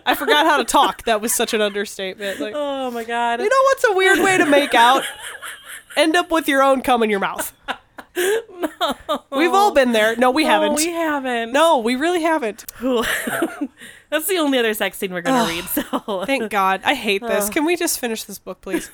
Speaker 2: I forgot how to talk. That was such an understatement. Like, you
Speaker 3: oh my god.
Speaker 2: know what's a weird way to make out? End up with your own cum in your mouth. No, we've all been there. No, we
Speaker 3: No,
Speaker 2: haven't.
Speaker 3: Oh, we haven't.
Speaker 2: no, we really haven't.
Speaker 3: Cool. That's the only other sex scene we're gonna read. So
Speaker 2: Thank God. I hate this. Can we just finish this book, please?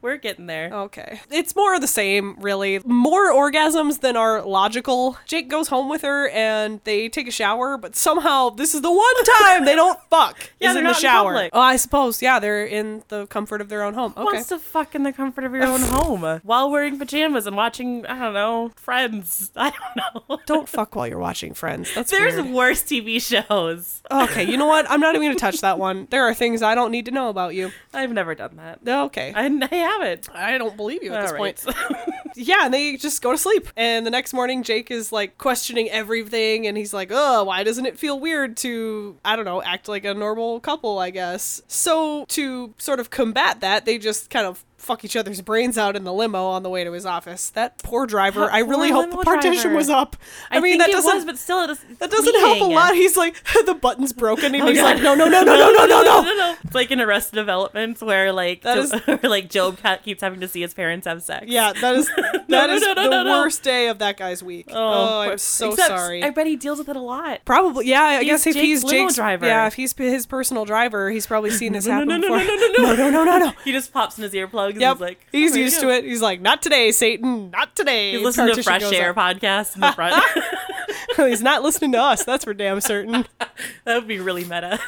Speaker 3: we're getting there.
Speaker 2: Okay. It's more of the same, really. More orgasms than are logical. Jake goes home with her and they take a shower, but somehow this is the one time they don't fuck.
Speaker 3: Yeah,
Speaker 2: is in
Speaker 3: they're
Speaker 2: the
Speaker 3: not in
Speaker 2: shower.
Speaker 3: public.
Speaker 2: oh, I suppose. Yeah, they're in the comfort of their own home.
Speaker 3: Who
Speaker 2: Okay.
Speaker 3: Wants to fuck in the comfort of your own home while wearing pajamas and watching I don't know Friends. I don't know.
Speaker 2: don't fuck while you're watching Friends. That's
Speaker 3: There's
Speaker 2: weird.
Speaker 3: worse TV shows.
Speaker 2: okay. You know what? I'm not even gonna touch that one. There are things I don't need to know about you.
Speaker 3: I've never done that.
Speaker 2: Okay. I,
Speaker 3: I, I haven't.
Speaker 2: don't believe you at
Speaker 3: All
Speaker 2: this
Speaker 3: right.
Speaker 2: point. yeah, and they just go to sleep. And the next morning, Jake is like questioning everything, and he's like, "Oh, why doesn't it feel weird to I don't know act like a normal couple?" I guess. So to sort of combat that, they just kind of fuck each other's brains out in the limo on the way to his office. That poor driver.
Speaker 3: That
Speaker 2: I
Speaker 3: poor
Speaker 2: really hope the
Speaker 3: limo
Speaker 2: partition
Speaker 3: driver.
Speaker 2: was up. I,
Speaker 3: I
Speaker 2: mean,
Speaker 3: think
Speaker 2: that
Speaker 3: it
Speaker 2: doesn't.
Speaker 3: was, but still, it is-
Speaker 2: that doesn't help a
Speaker 3: fleeting.
Speaker 2: lot. He's like, the button's broken, and he's
Speaker 3: God.
Speaker 2: like, no, no, no, no, no, no, no, no.
Speaker 3: It's like in Arrested Development where like
Speaker 2: That
Speaker 3: Jo-
Speaker 2: is-
Speaker 3: where, like Job ca- keeps having to see his parents have sex.
Speaker 2: Yeah, that is that
Speaker 3: no,
Speaker 2: is
Speaker 3: no, no,
Speaker 2: the
Speaker 3: no, no.
Speaker 2: worst day of that guy's week.
Speaker 3: Oh,
Speaker 2: Oh, I'm so
Speaker 3: except
Speaker 2: sorry.
Speaker 3: I bet he deals with it a lot.
Speaker 2: Probably, yeah. I guess if
Speaker 3: Jake's
Speaker 2: he's
Speaker 3: limo
Speaker 2: Jake's
Speaker 3: driver.
Speaker 2: yeah, if he's his personal driver, he's probably seen this happen
Speaker 3: no, no,
Speaker 2: before.
Speaker 3: no, no, no, no.
Speaker 2: no, no, no, no.
Speaker 3: He just pops in his earplugs and
Speaker 2: Yep,
Speaker 3: he's like, "Oh
Speaker 2: he's
Speaker 3: "There you
Speaker 2: used
Speaker 3: go."
Speaker 2: to it. He's like, not today, Satan, not today.
Speaker 3: He's listening to
Speaker 2: Partition
Speaker 3: Fresh
Speaker 2: goes
Speaker 3: Air
Speaker 2: up.
Speaker 3: podcast in the front.
Speaker 2: he's not listening to us. That's for damn certain.
Speaker 3: that would be really meta.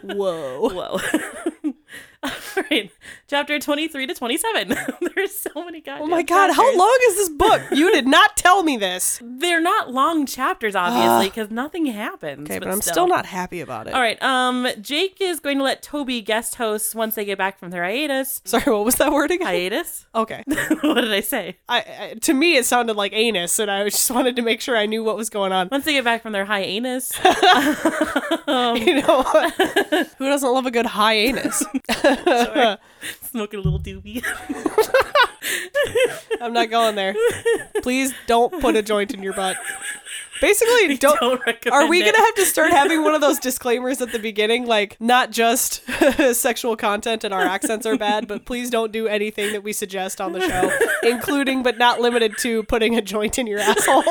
Speaker 2: Whoa.
Speaker 3: Whoa. All right. Chapter 23 to 27. There's so many guys.
Speaker 2: Oh my God, how long is this book? You did not tell me this.
Speaker 3: They're not long chapters, obviously, because nothing happens.
Speaker 2: Ah. Okay, but I'm still not happy about it.
Speaker 3: All right. Um, Jake is going to let Toby guest host once they get back from their hiatus.
Speaker 2: Sorry, what was that word again?
Speaker 3: Hiatus?
Speaker 2: Okay.
Speaker 3: what did I say?
Speaker 2: I, I, to me, it sounded like anus, and I just wanted to make sure I knew what was going on.
Speaker 3: Once they get back from their hiatus, Um.
Speaker 2: You know, who doesn't love a good high anus?
Speaker 3: smoking a little doobie.
Speaker 2: I'm not going there. Please don't put a joint in your butt. Basically, don't.
Speaker 3: Don't recommend
Speaker 2: are we
Speaker 3: it.
Speaker 2: gonna have to start having one of those disclaimers at the beginning, like not just sexual content and our accents are bad, but please don't do anything that we suggest on the show, including but not limited to putting a joint in your asshole.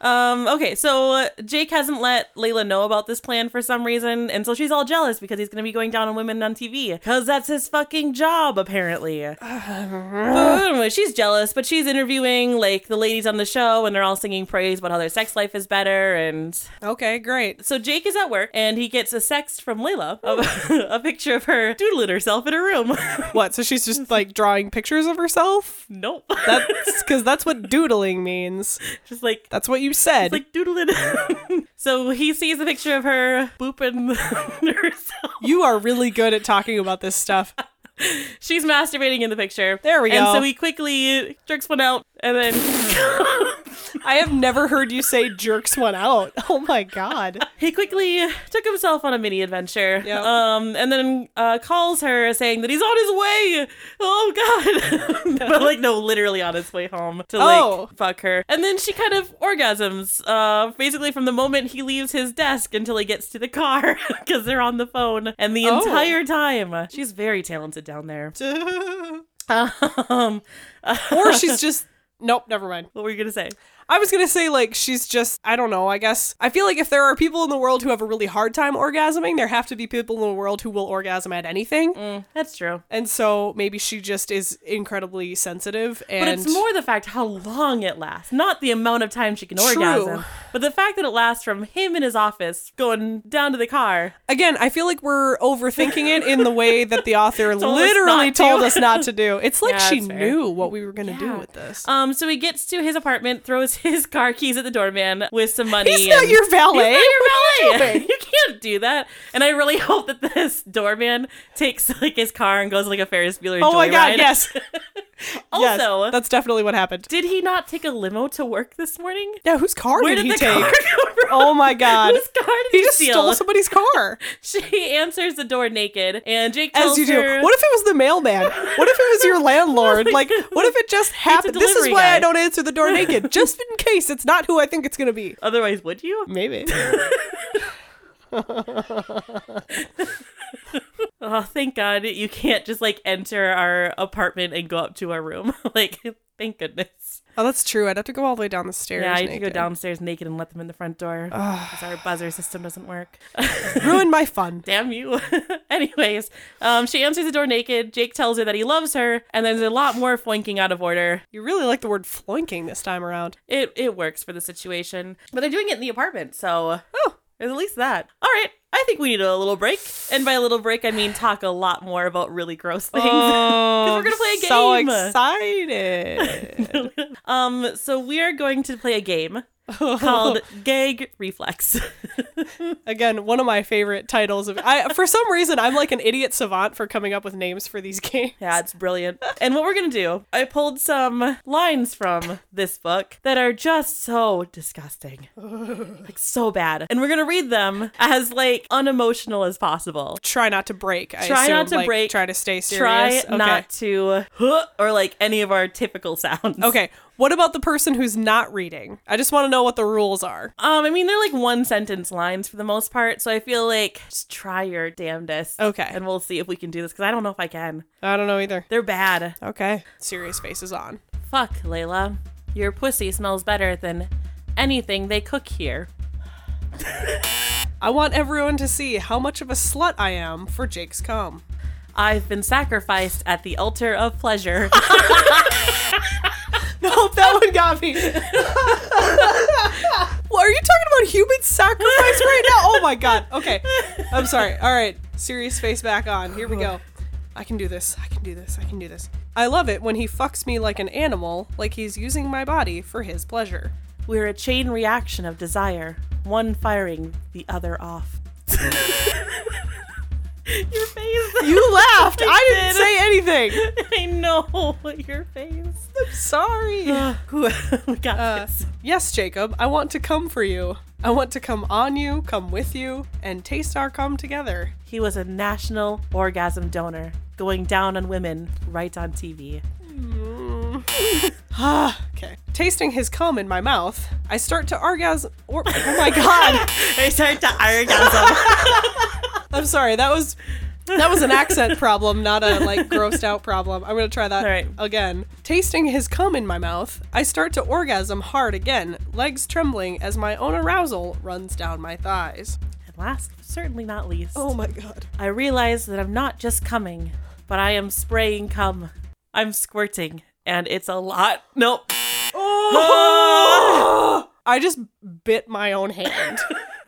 Speaker 3: Um, okay, so uh, Jake hasn't let Layla know about this plan for some reason, and so she's all jealous because he's gonna be going down on women on TV because that's his fucking job apparently. But anyway, she's jealous, but she's interviewing like the ladies on the show, and they're all singing praise about how their sex life is better. And
Speaker 2: okay, great.
Speaker 3: so Jake is at work, and he gets a sext from Layla, a, a picture of her doodling herself in her room.
Speaker 2: What? So she's just like drawing pictures of herself?
Speaker 3: nope,
Speaker 2: That's because that's what doodling means.
Speaker 3: just like
Speaker 2: That's what you said.
Speaker 3: like doodling. so he sees a picture of her booping herself.
Speaker 2: you are really good at talking about this stuff.
Speaker 3: She's masturbating in the picture.
Speaker 2: There we
Speaker 3: and
Speaker 2: go.
Speaker 3: so he quickly jerks one out, and then
Speaker 2: I have never heard you say jerks one out. Oh my god.
Speaker 3: he quickly took himself on a mini adventure.
Speaker 2: Yeah.
Speaker 3: Um, and then uh, calls her saying that he's on his way. Oh god. but like no, literally on his way home to like
Speaker 2: Oh.
Speaker 3: fuck her. And then she kind of orgasms. Uh, basically from the moment he leaves his desk until he gets to the car because they're on the phone, and the
Speaker 2: Oh.
Speaker 3: entire time she's very talented down there.
Speaker 2: or
Speaker 3: Um,
Speaker 2: she's just nope, never mind.
Speaker 3: what were you gonna say?
Speaker 2: I was gonna say like she's just I don't know. I guess I feel like if there are people in the world who have a really hard time orgasming, there have to be people in the world who will orgasm at anything.
Speaker 3: Mm, that's true.
Speaker 2: And so maybe she just is incredibly sensitive. And
Speaker 3: But it's more the fact how long it lasts, not the amount of time she can
Speaker 2: True.
Speaker 3: orgasm, but the fact that it lasts from him in his office going down to the car.
Speaker 2: again, I feel like we're overthinking it in the way that the author
Speaker 3: us
Speaker 2: literally
Speaker 3: not to.
Speaker 2: told us not to do. It's like
Speaker 3: Yeah,
Speaker 2: she
Speaker 3: that's fair.
Speaker 2: knew what we were gonna do
Speaker 3: Yeah.
Speaker 2: with this.
Speaker 3: Um, so he gets to his apartment, throws his car keys at the doorman with some money.
Speaker 2: He's not
Speaker 3: and-
Speaker 2: your valet.
Speaker 3: He's not your
Speaker 2: What are you
Speaker 3: valet.
Speaker 2: doing?
Speaker 3: You, can't do that. And I really hope that this doorman takes like his car and goes like a Ferris Bueller.
Speaker 2: Oh my god,
Speaker 3: joyride.
Speaker 2: yes. yes.
Speaker 3: Also-
Speaker 2: That's definitely what happened.
Speaker 3: Did he not take a limo to work this morning?
Speaker 2: Yeah, whose car
Speaker 3: Where
Speaker 2: did
Speaker 3: did,
Speaker 2: he
Speaker 3: the
Speaker 2: take?
Speaker 3: car go from?
Speaker 2: Oh my god.
Speaker 3: Whose car did
Speaker 2: he
Speaker 3: he
Speaker 2: just
Speaker 3: steal?
Speaker 2: stole somebody's car.
Speaker 3: She answers the door naked, and Jake tells
Speaker 2: as you do.
Speaker 3: her,
Speaker 2: What if it was the mailman? What if it was your landlord? Like, what if it just happened? This is
Speaker 3: delivery
Speaker 2: why I
Speaker 3: guy.
Speaker 2: don't answer the door naked, just in case it's not who I think it's gonna be.
Speaker 3: Otherwise, would you?
Speaker 2: Maybe.
Speaker 3: Oh, thank God you can't just like enter our apartment and go up to our room. like, thank goodness.
Speaker 2: Oh, that's true. I'd have to go all the way down the stairs.
Speaker 3: yeah, I have to go
Speaker 2: naked.
Speaker 3: downstairs naked and let them in the front door because our buzzer system doesn't work.
Speaker 2: Ruin my fun.
Speaker 3: Damn you. Anyways, um, she answers the door naked. Jake tells her that he loves her, and there's a lot more flanking out of order.
Speaker 2: You really like the word floinking this time around.
Speaker 3: It it works for the situation, but they're doing it in the apartment, so oh, there's at least that. All right. I think we need a little break. And by a little break, I mean talk a lot more about really gross things.
Speaker 2: Oh,
Speaker 3: we're gonna play a
Speaker 2: So
Speaker 3: game.
Speaker 2: excited.
Speaker 3: Um, so we are going to play a game called Gag Reflex.
Speaker 2: Again, one of my favorite titles of I for some reason I'm like an idiot savant for coming up with names for these games.
Speaker 3: yeah, it's brilliant. And what we're gonna do, I pulled some lines from this book that are just so disgusting, like so bad, and we're gonna read them as like unemotional as possible.
Speaker 2: Try not to break. I
Speaker 3: Try
Speaker 2: assume.
Speaker 3: not to
Speaker 2: like,
Speaker 3: break.
Speaker 2: Try to stay
Speaker 3: Try
Speaker 2: serious. okay.
Speaker 3: not to, huh, or like any of our typical sounds.
Speaker 2: Okay. What about the person who's not reading? I just want to know what the rules are.
Speaker 3: Um, I mean they're like one sentence lines for the most part, so I feel like just try your damnedest.
Speaker 2: Okay.
Speaker 3: and we'll see if we can do this because I don't know if I can.
Speaker 2: I don't know either.
Speaker 3: They're bad.
Speaker 2: Okay. Serious faces on.
Speaker 3: Fuck, Layla. Your pussy smells better than anything they cook here.
Speaker 2: I want everyone to see how much of a slut I am for Jake's cum.
Speaker 3: I've been sacrificed at the altar of pleasure.
Speaker 2: No, that one got me. well, are you talking about human sacrifice right now? Oh my god. Okay. I'm sorry. All right. Serious face back on. Here we go. I can do this. I can do this. I can do this. I love it when he fucks me like an animal, like he's using my body for his pleasure.
Speaker 3: We're a chain reaction of desire, one firing the other off. your face.
Speaker 2: You laughed. I, didn't
Speaker 3: did.
Speaker 2: say anything.
Speaker 3: I know your face.
Speaker 2: Sorry.
Speaker 3: we got
Speaker 2: Uh,
Speaker 3: this.
Speaker 2: Yes, Jacob, I want to come for you. I want to come on you, come with you, and taste our cum together.
Speaker 3: He was a national orgasm donor, going down on women right on TV.
Speaker 2: Okay. Tasting his cum in my mouth, I start to orgasm. Or- oh my god!
Speaker 3: I start to orgasm.
Speaker 2: I'm sorry. That was that was an accent problem, not a like grossed out problem. I'm gonna try that
Speaker 3: All right.
Speaker 2: again. Tasting his cum in my mouth, I start to orgasm hard again, legs trembling as my own arousal runs down my thighs.
Speaker 3: and last, but certainly not least,
Speaker 2: my god.
Speaker 3: I realize that I'm not just coming, but I am spraying cum. I'm squirting, and it's a lot. Nope. Oh!
Speaker 2: I just bit my own hand.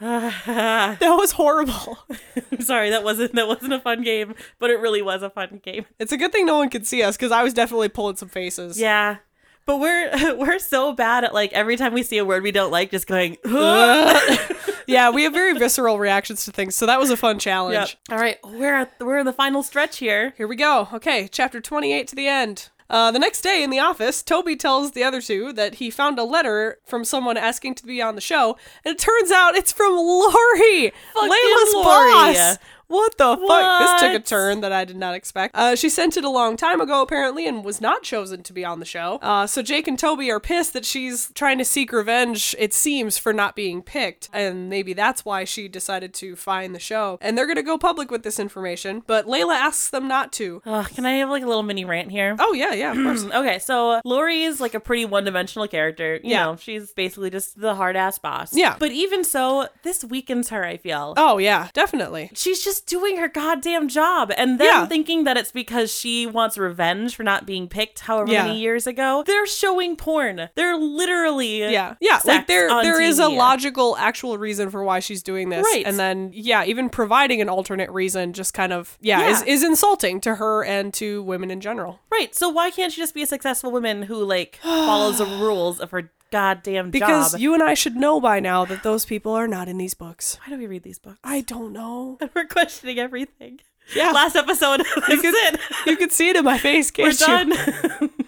Speaker 2: that was horrible.
Speaker 3: I'm sorry, that wasn't that wasn't a fun game, but it really was a fun game.
Speaker 2: It's a good thing no one could see us because I was definitely pulling some faces.
Speaker 3: Yeah. But we're we're so bad at like every time we see a word we don't like, just going.
Speaker 2: yeah, we have very visceral reactions to things, so that was a fun challenge.
Speaker 3: Yep. All right, we're at, we're in the final stretch here.
Speaker 2: Here we go. Okay, chapter 28 to the end. Uh, the next day in the office, Toby tells the other two that he found a letter from someone asking to be on the show, and it turns out it's from Lori, Layla's
Speaker 3: Lori.
Speaker 2: boss. What the fuck? This took a
Speaker 3: What?
Speaker 2: turn that I did not expect. Uh, she sent it a long time ago, apparently, and was not chosen to be on the show. Uh, so Jake and Toby are pissed that she's trying to seek revenge, it seems, for not being picked. And maybe that's why she decided to find the show. And they're going to go public with this information, but Layla asks them not to.
Speaker 3: Ugh, can I have like a little mini rant here?
Speaker 2: Oh, yeah, yeah, of course.
Speaker 3: Mm, Okay, so Lori is like a pretty one-dimensional character. You
Speaker 2: Yeah.
Speaker 3: know, she's basically just the hard-ass boss.
Speaker 2: Yeah.
Speaker 3: But even so, this weakens her. I feel.
Speaker 2: Oh, yeah, definitely.
Speaker 3: She's just doing her goddamn job, and then
Speaker 2: Yeah.
Speaker 3: thinking that it's because she wants revenge for not being picked, however
Speaker 2: Yeah.
Speaker 3: many years ago. They're showing porn. They're literally
Speaker 2: Yeah, yeah. Like
Speaker 3: sex
Speaker 2: there,
Speaker 3: on
Speaker 2: there is a
Speaker 3: TV.
Speaker 2: logical, actual reason for why she's doing this,
Speaker 3: Right.
Speaker 2: And then, yeah, even providing an alternate reason, just kind of, yeah,
Speaker 3: Yeah.
Speaker 2: Is, is insulting to her and to women in general.
Speaker 3: Right. So why can't she just be a successful woman who like follows the rules of her goddamn
Speaker 2: Because
Speaker 3: job?
Speaker 2: you and I should know by now that those people are not in these books.
Speaker 3: why do we read these books?
Speaker 2: I don't know.
Speaker 3: We're questioning everything.
Speaker 2: Yeah.
Speaker 3: Last episode. That's it.
Speaker 2: you can see it in my face, can't
Speaker 3: We're
Speaker 2: you?
Speaker 3: done.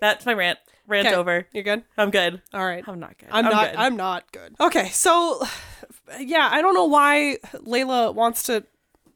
Speaker 3: That's my rant. Rant
Speaker 2: Okay,
Speaker 3: over.
Speaker 2: You're good.
Speaker 3: I'm good.
Speaker 2: All right.
Speaker 3: I'm not good.
Speaker 2: I'm, not.
Speaker 3: good.
Speaker 2: I'm not good. Okay, so yeah, I don't know why Layla wants to.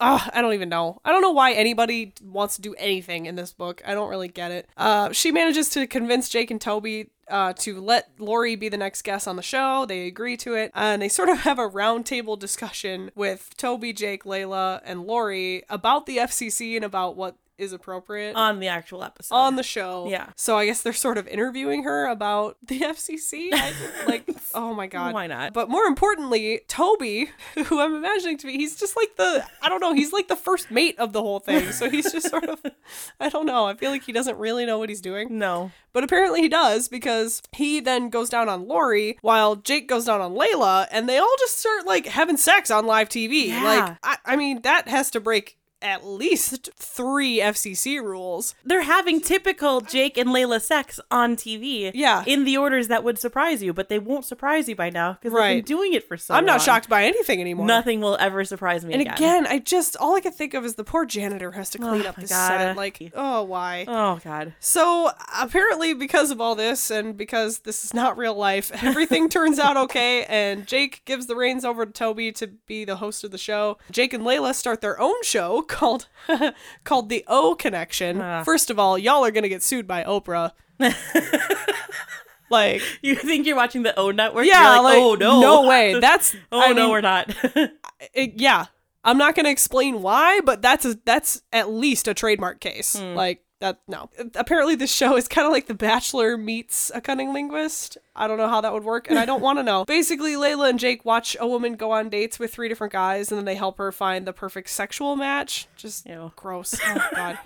Speaker 2: Uh, I don't even know. I don't know why anybody wants to do anything in this book. I don't really get it. Uh, she manages to convince Jake and Toby uh, to let Lori be the next guest on the show. They agree to it, and they sort of have a roundtable discussion with Toby, Jake, Layla, and Lori about the FCC and about what is appropriate
Speaker 3: on the actual episode.
Speaker 2: on the show.
Speaker 3: Yeah.
Speaker 2: So I guess they're sort of interviewing her about the FCC. I, like, oh my god,
Speaker 3: Why not?
Speaker 2: But more importantly, Toby, who I'm imagining to be, he's just like the I don't know, he's like the first mate of the whole thing. So he's just sort of, I don't know. I feel like he doesn't really know what he's doing,
Speaker 3: no.
Speaker 2: but apparently he does because he then goes down on Lori while Jake goes down on Layla, and they all just start like having sex on live TV.
Speaker 3: Yeah.
Speaker 2: Like, I, I mean, that has to break. At least three FCC rules.
Speaker 3: They're having typical Jake and Layla sex on TV.
Speaker 2: Yeah.
Speaker 3: In the orders that would surprise you, but they won't surprise you by now because they've
Speaker 2: Right.
Speaker 3: been doing it for so
Speaker 2: I'm not
Speaker 3: long.
Speaker 2: shocked by anything anymore.
Speaker 3: Nothing will ever surprise me
Speaker 2: And again, I just all I can think of is the poor janitor has to clean
Speaker 3: Oh
Speaker 2: up
Speaker 3: my
Speaker 2: this
Speaker 3: God.
Speaker 2: set. Like, oh why?
Speaker 3: Oh god.
Speaker 2: So apparently, because of all this, and because this is not real life, everything turns out okay. And Jake gives the reins over to Toby to be the host of the show. Jake and Layla start their own show called called the O Connection.
Speaker 3: Ah.
Speaker 2: First of all, y'all are gonna get sued by Oprah. like,
Speaker 3: You think you're watching the O Network?
Speaker 2: yeah,
Speaker 3: You're
Speaker 2: like,
Speaker 3: like, oh no,
Speaker 2: no way. That's
Speaker 3: oh
Speaker 2: I
Speaker 3: no,
Speaker 2: mean,
Speaker 3: we're not.
Speaker 2: it, yeah i'm not going to explain why but that's a, that's at least a trademark case like that no apparently this show is kind of like the bachelor meets a cunning linguist i don't know how that would work and i don't want to know basically layla and jake watch a woman go on dates with three different guys and then they help her find the perfect sexual match just
Speaker 3: Ew.
Speaker 2: gross oh god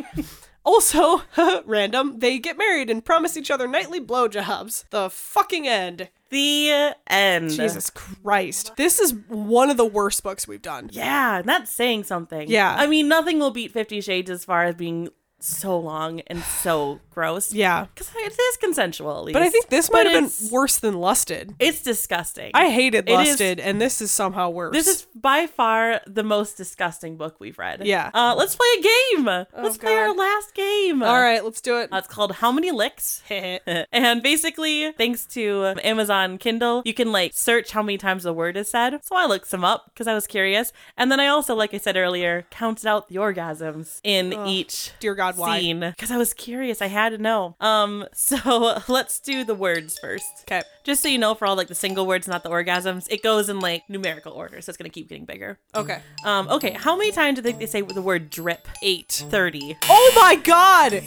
Speaker 2: also random they get married and promise each other nightly blowjobs the fucking end
Speaker 3: the end.
Speaker 2: jesus christ this is one of the worst books we've done
Speaker 3: Yeah, and that's saying something.
Speaker 2: Yeah.
Speaker 3: I mean, nothing will beat Fifty Shades as far as being so long and so gross.
Speaker 2: Yeah.
Speaker 3: Because it is consensual, at least.
Speaker 2: But I think this
Speaker 3: But
Speaker 2: might have been
Speaker 3: it's-
Speaker 2: worse than Lusted.
Speaker 3: It's disgusting.
Speaker 2: I hated
Speaker 3: It is-
Speaker 2: Lusted, and this is somehow worse.
Speaker 3: This is by far the most disgusting book we've read.
Speaker 2: Yeah. Oh,
Speaker 3: Uh, let's play a game. let's play our
Speaker 2: God.
Speaker 3: last game.
Speaker 2: all right. Let's do it.
Speaker 3: Uh, it's called How Many Licks? and basically, thanks to um, Amazon Kindle, you can like search how many times a word is said. So I looked some up because I was curious. And then I also, like I said earlier, counted out the orgasms in each
Speaker 2: Dear God, why?
Speaker 3: scene because I was curious. I had to know. Um, so let's do the words first.
Speaker 2: Okay.
Speaker 3: Just so you know, for all like the single words, not the orgasms, it goes in like numerical order, so it's gonna keep getting bigger.
Speaker 2: Okay.
Speaker 3: Um, okay, how many times do they, they say the word drip?
Speaker 2: Eight.
Speaker 3: Thirty.
Speaker 2: Oh my God.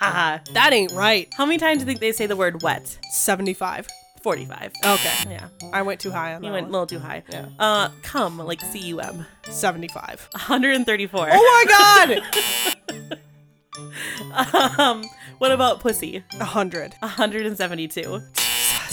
Speaker 3: Ah.
Speaker 2: That ain't right.
Speaker 3: How many times do you think they say the word wet?
Speaker 2: Seventy-five.
Speaker 3: Forty-five.
Speaker 2: Okay.
Speaker 3: Yeah.
Speaker 2: I went too high on that
Speaker 3: You went a
Speaker 2: one.
Speaker 3: little too high. Yeah. Uh, cum, like C U M.
Speaker 2: 75.
Speaker 3: 134.
Speaker 2: Oh my god!
Speaker 3: Um, what about pussy?
Speaker 2: 100.
Speaker 3: 172.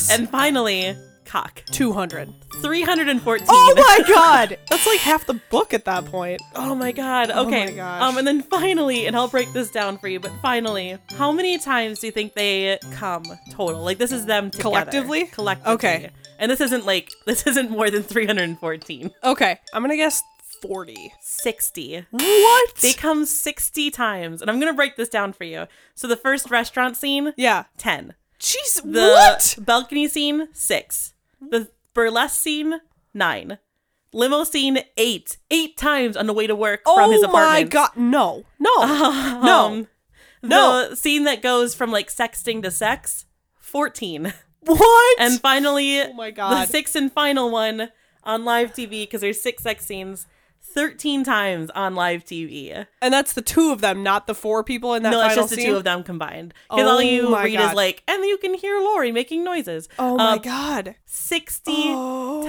Speaker 3: And finally, cock.
Speaker 2: 200.
Speaker 3: 314.
Speaker 2: Oh my god! That's like half the book at that point.
Speaker 3: Oh my god. Okay.
Speaker 2: my gosh.
Speaker 3: Um, and then finally, and I'll break this down for you, but finally, how many times do you think they come total? Like this is them together.
Speaker 2: Collectively?
Speaker 3: Collectively.
Speaker 2: Okay.
Speaker 3: And this isn't like this isn't more than 314.
Speaker 2: Okay, I'm gonna guess 40.
Speaker 3: 60.
Speaker 2: What?
Speaker 3: They come 60 times. And I'm gonna break this down for you. So the first restaurant scene,
Speaker 2: yeah.
Speaker 3: 10.
Speaker 2: Jeez,
Speaker 3: The
Speaker 2: what?
Speaker 3: balcony scene, six. The burlesque scene, nine. Limo scene, eight. Eight times on the way to work
Speaker 2: Oh
Speaker 3: from his
Speaker 2: my
Speaker 3: apartment.
Speaker 2: god. No. No. no.
Speaker 3: Um, The scene that goes from like sexting to sex, 14.
Speaker 2: What?
Speaker 3: And finally, oh
Speaker 2: my God.
Speaker 3: the sixth and final one on live TV, because there's six sex scenes, 13 times on live TV.
Speaker 2: and that's the two of them, not the four people in that
Speaker 3: No,
Speaker 2: final
Speaker 3: it's just the
Speaker 2: scene.
Speaker 3: two of them combined. Because all
Speaker 2: Oh
Speaker 3: you
Speaker 2: my
Speaker 3: read
Speaker 2: God.
Speaker 3: is like, and you can hear Lori making noises.
Speaker 2: Oh my
Speaker 3: Um,
Speaker 2: god.
Speaker 3: 60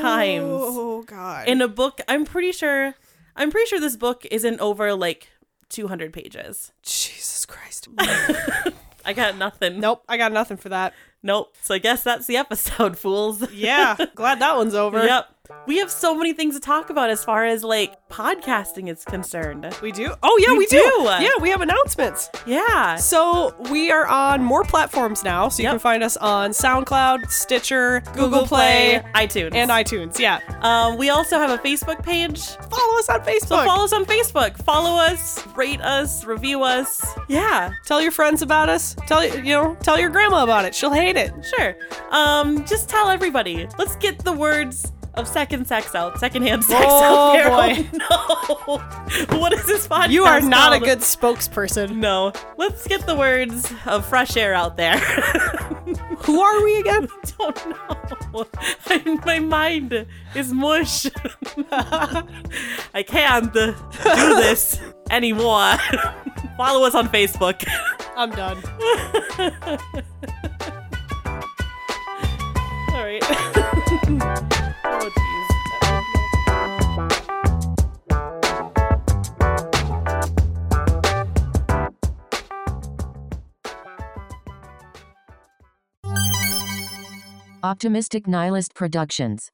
Speaker 3: times.
Speaker 2: Oh god.
Speaker 3: In a book, I'm pretty sure, I'm pretty sure this book isn't over like 200 pages.
Speaker 2: Jesus Christ.
Speaker 3: I got nothing.
Speaker 2: nope, I got nothing for that.
Speaker 3: Nope. So I guess that's the episode, fools.
Speaker 2: Yeah, glad that one's over.
Speaker 3: Yep. We have so many things to talk about as far as like podcasting is concerned.
Speaker 2: We do? Oh, yeah, we,
Speaker 3: We
Speaker 2: do.
Speaker 3: do.
Speaker 2: Yeah, we have announcements.
Speaker 3: Yeah.
Speaker 2: So we are on more platforms now. So you
Speaker 3: Yep.
Speaker 2: can find us on SoundCloud, Stitcher, Google, Play,
Speaker 3: iTunes.
Speaker 2: and iTunes. Yeah.
Speaker 3: um, we also have a Facebook page.
Speaker 2: Follow us on Facebook.
Speaker 3: So follow us on Facebook. Follow us, rate us, review us. Yeah.
Speaker 2: tell your friends about us. Tell you know, tell your grandma about it. She'll hate it.
Speaker 3: Sure. Um, just tell everybody. Let's get the words of second sex out, secondhand sex
Speaker 2: Oh,
Speaker 3: out there.
Speaker 2: boy.
Speaker 3: Oh, no. what is this podcast?
Speaker 2: You are not a
Speaker 3: called?
Speaker 2: good spokesperson.
Speaker 3: No. Let's get the words of fresh air out there.
Speaker 2: Who are we again?
Speaker 3: don't know. I, my mind is mush. I can't do this anymore. Follow us on Facebook.
Speaker 2: I'm done.
Speaker 3: All right. oh, jeez.
Speaker 1: Optimistic Nihilist Productions,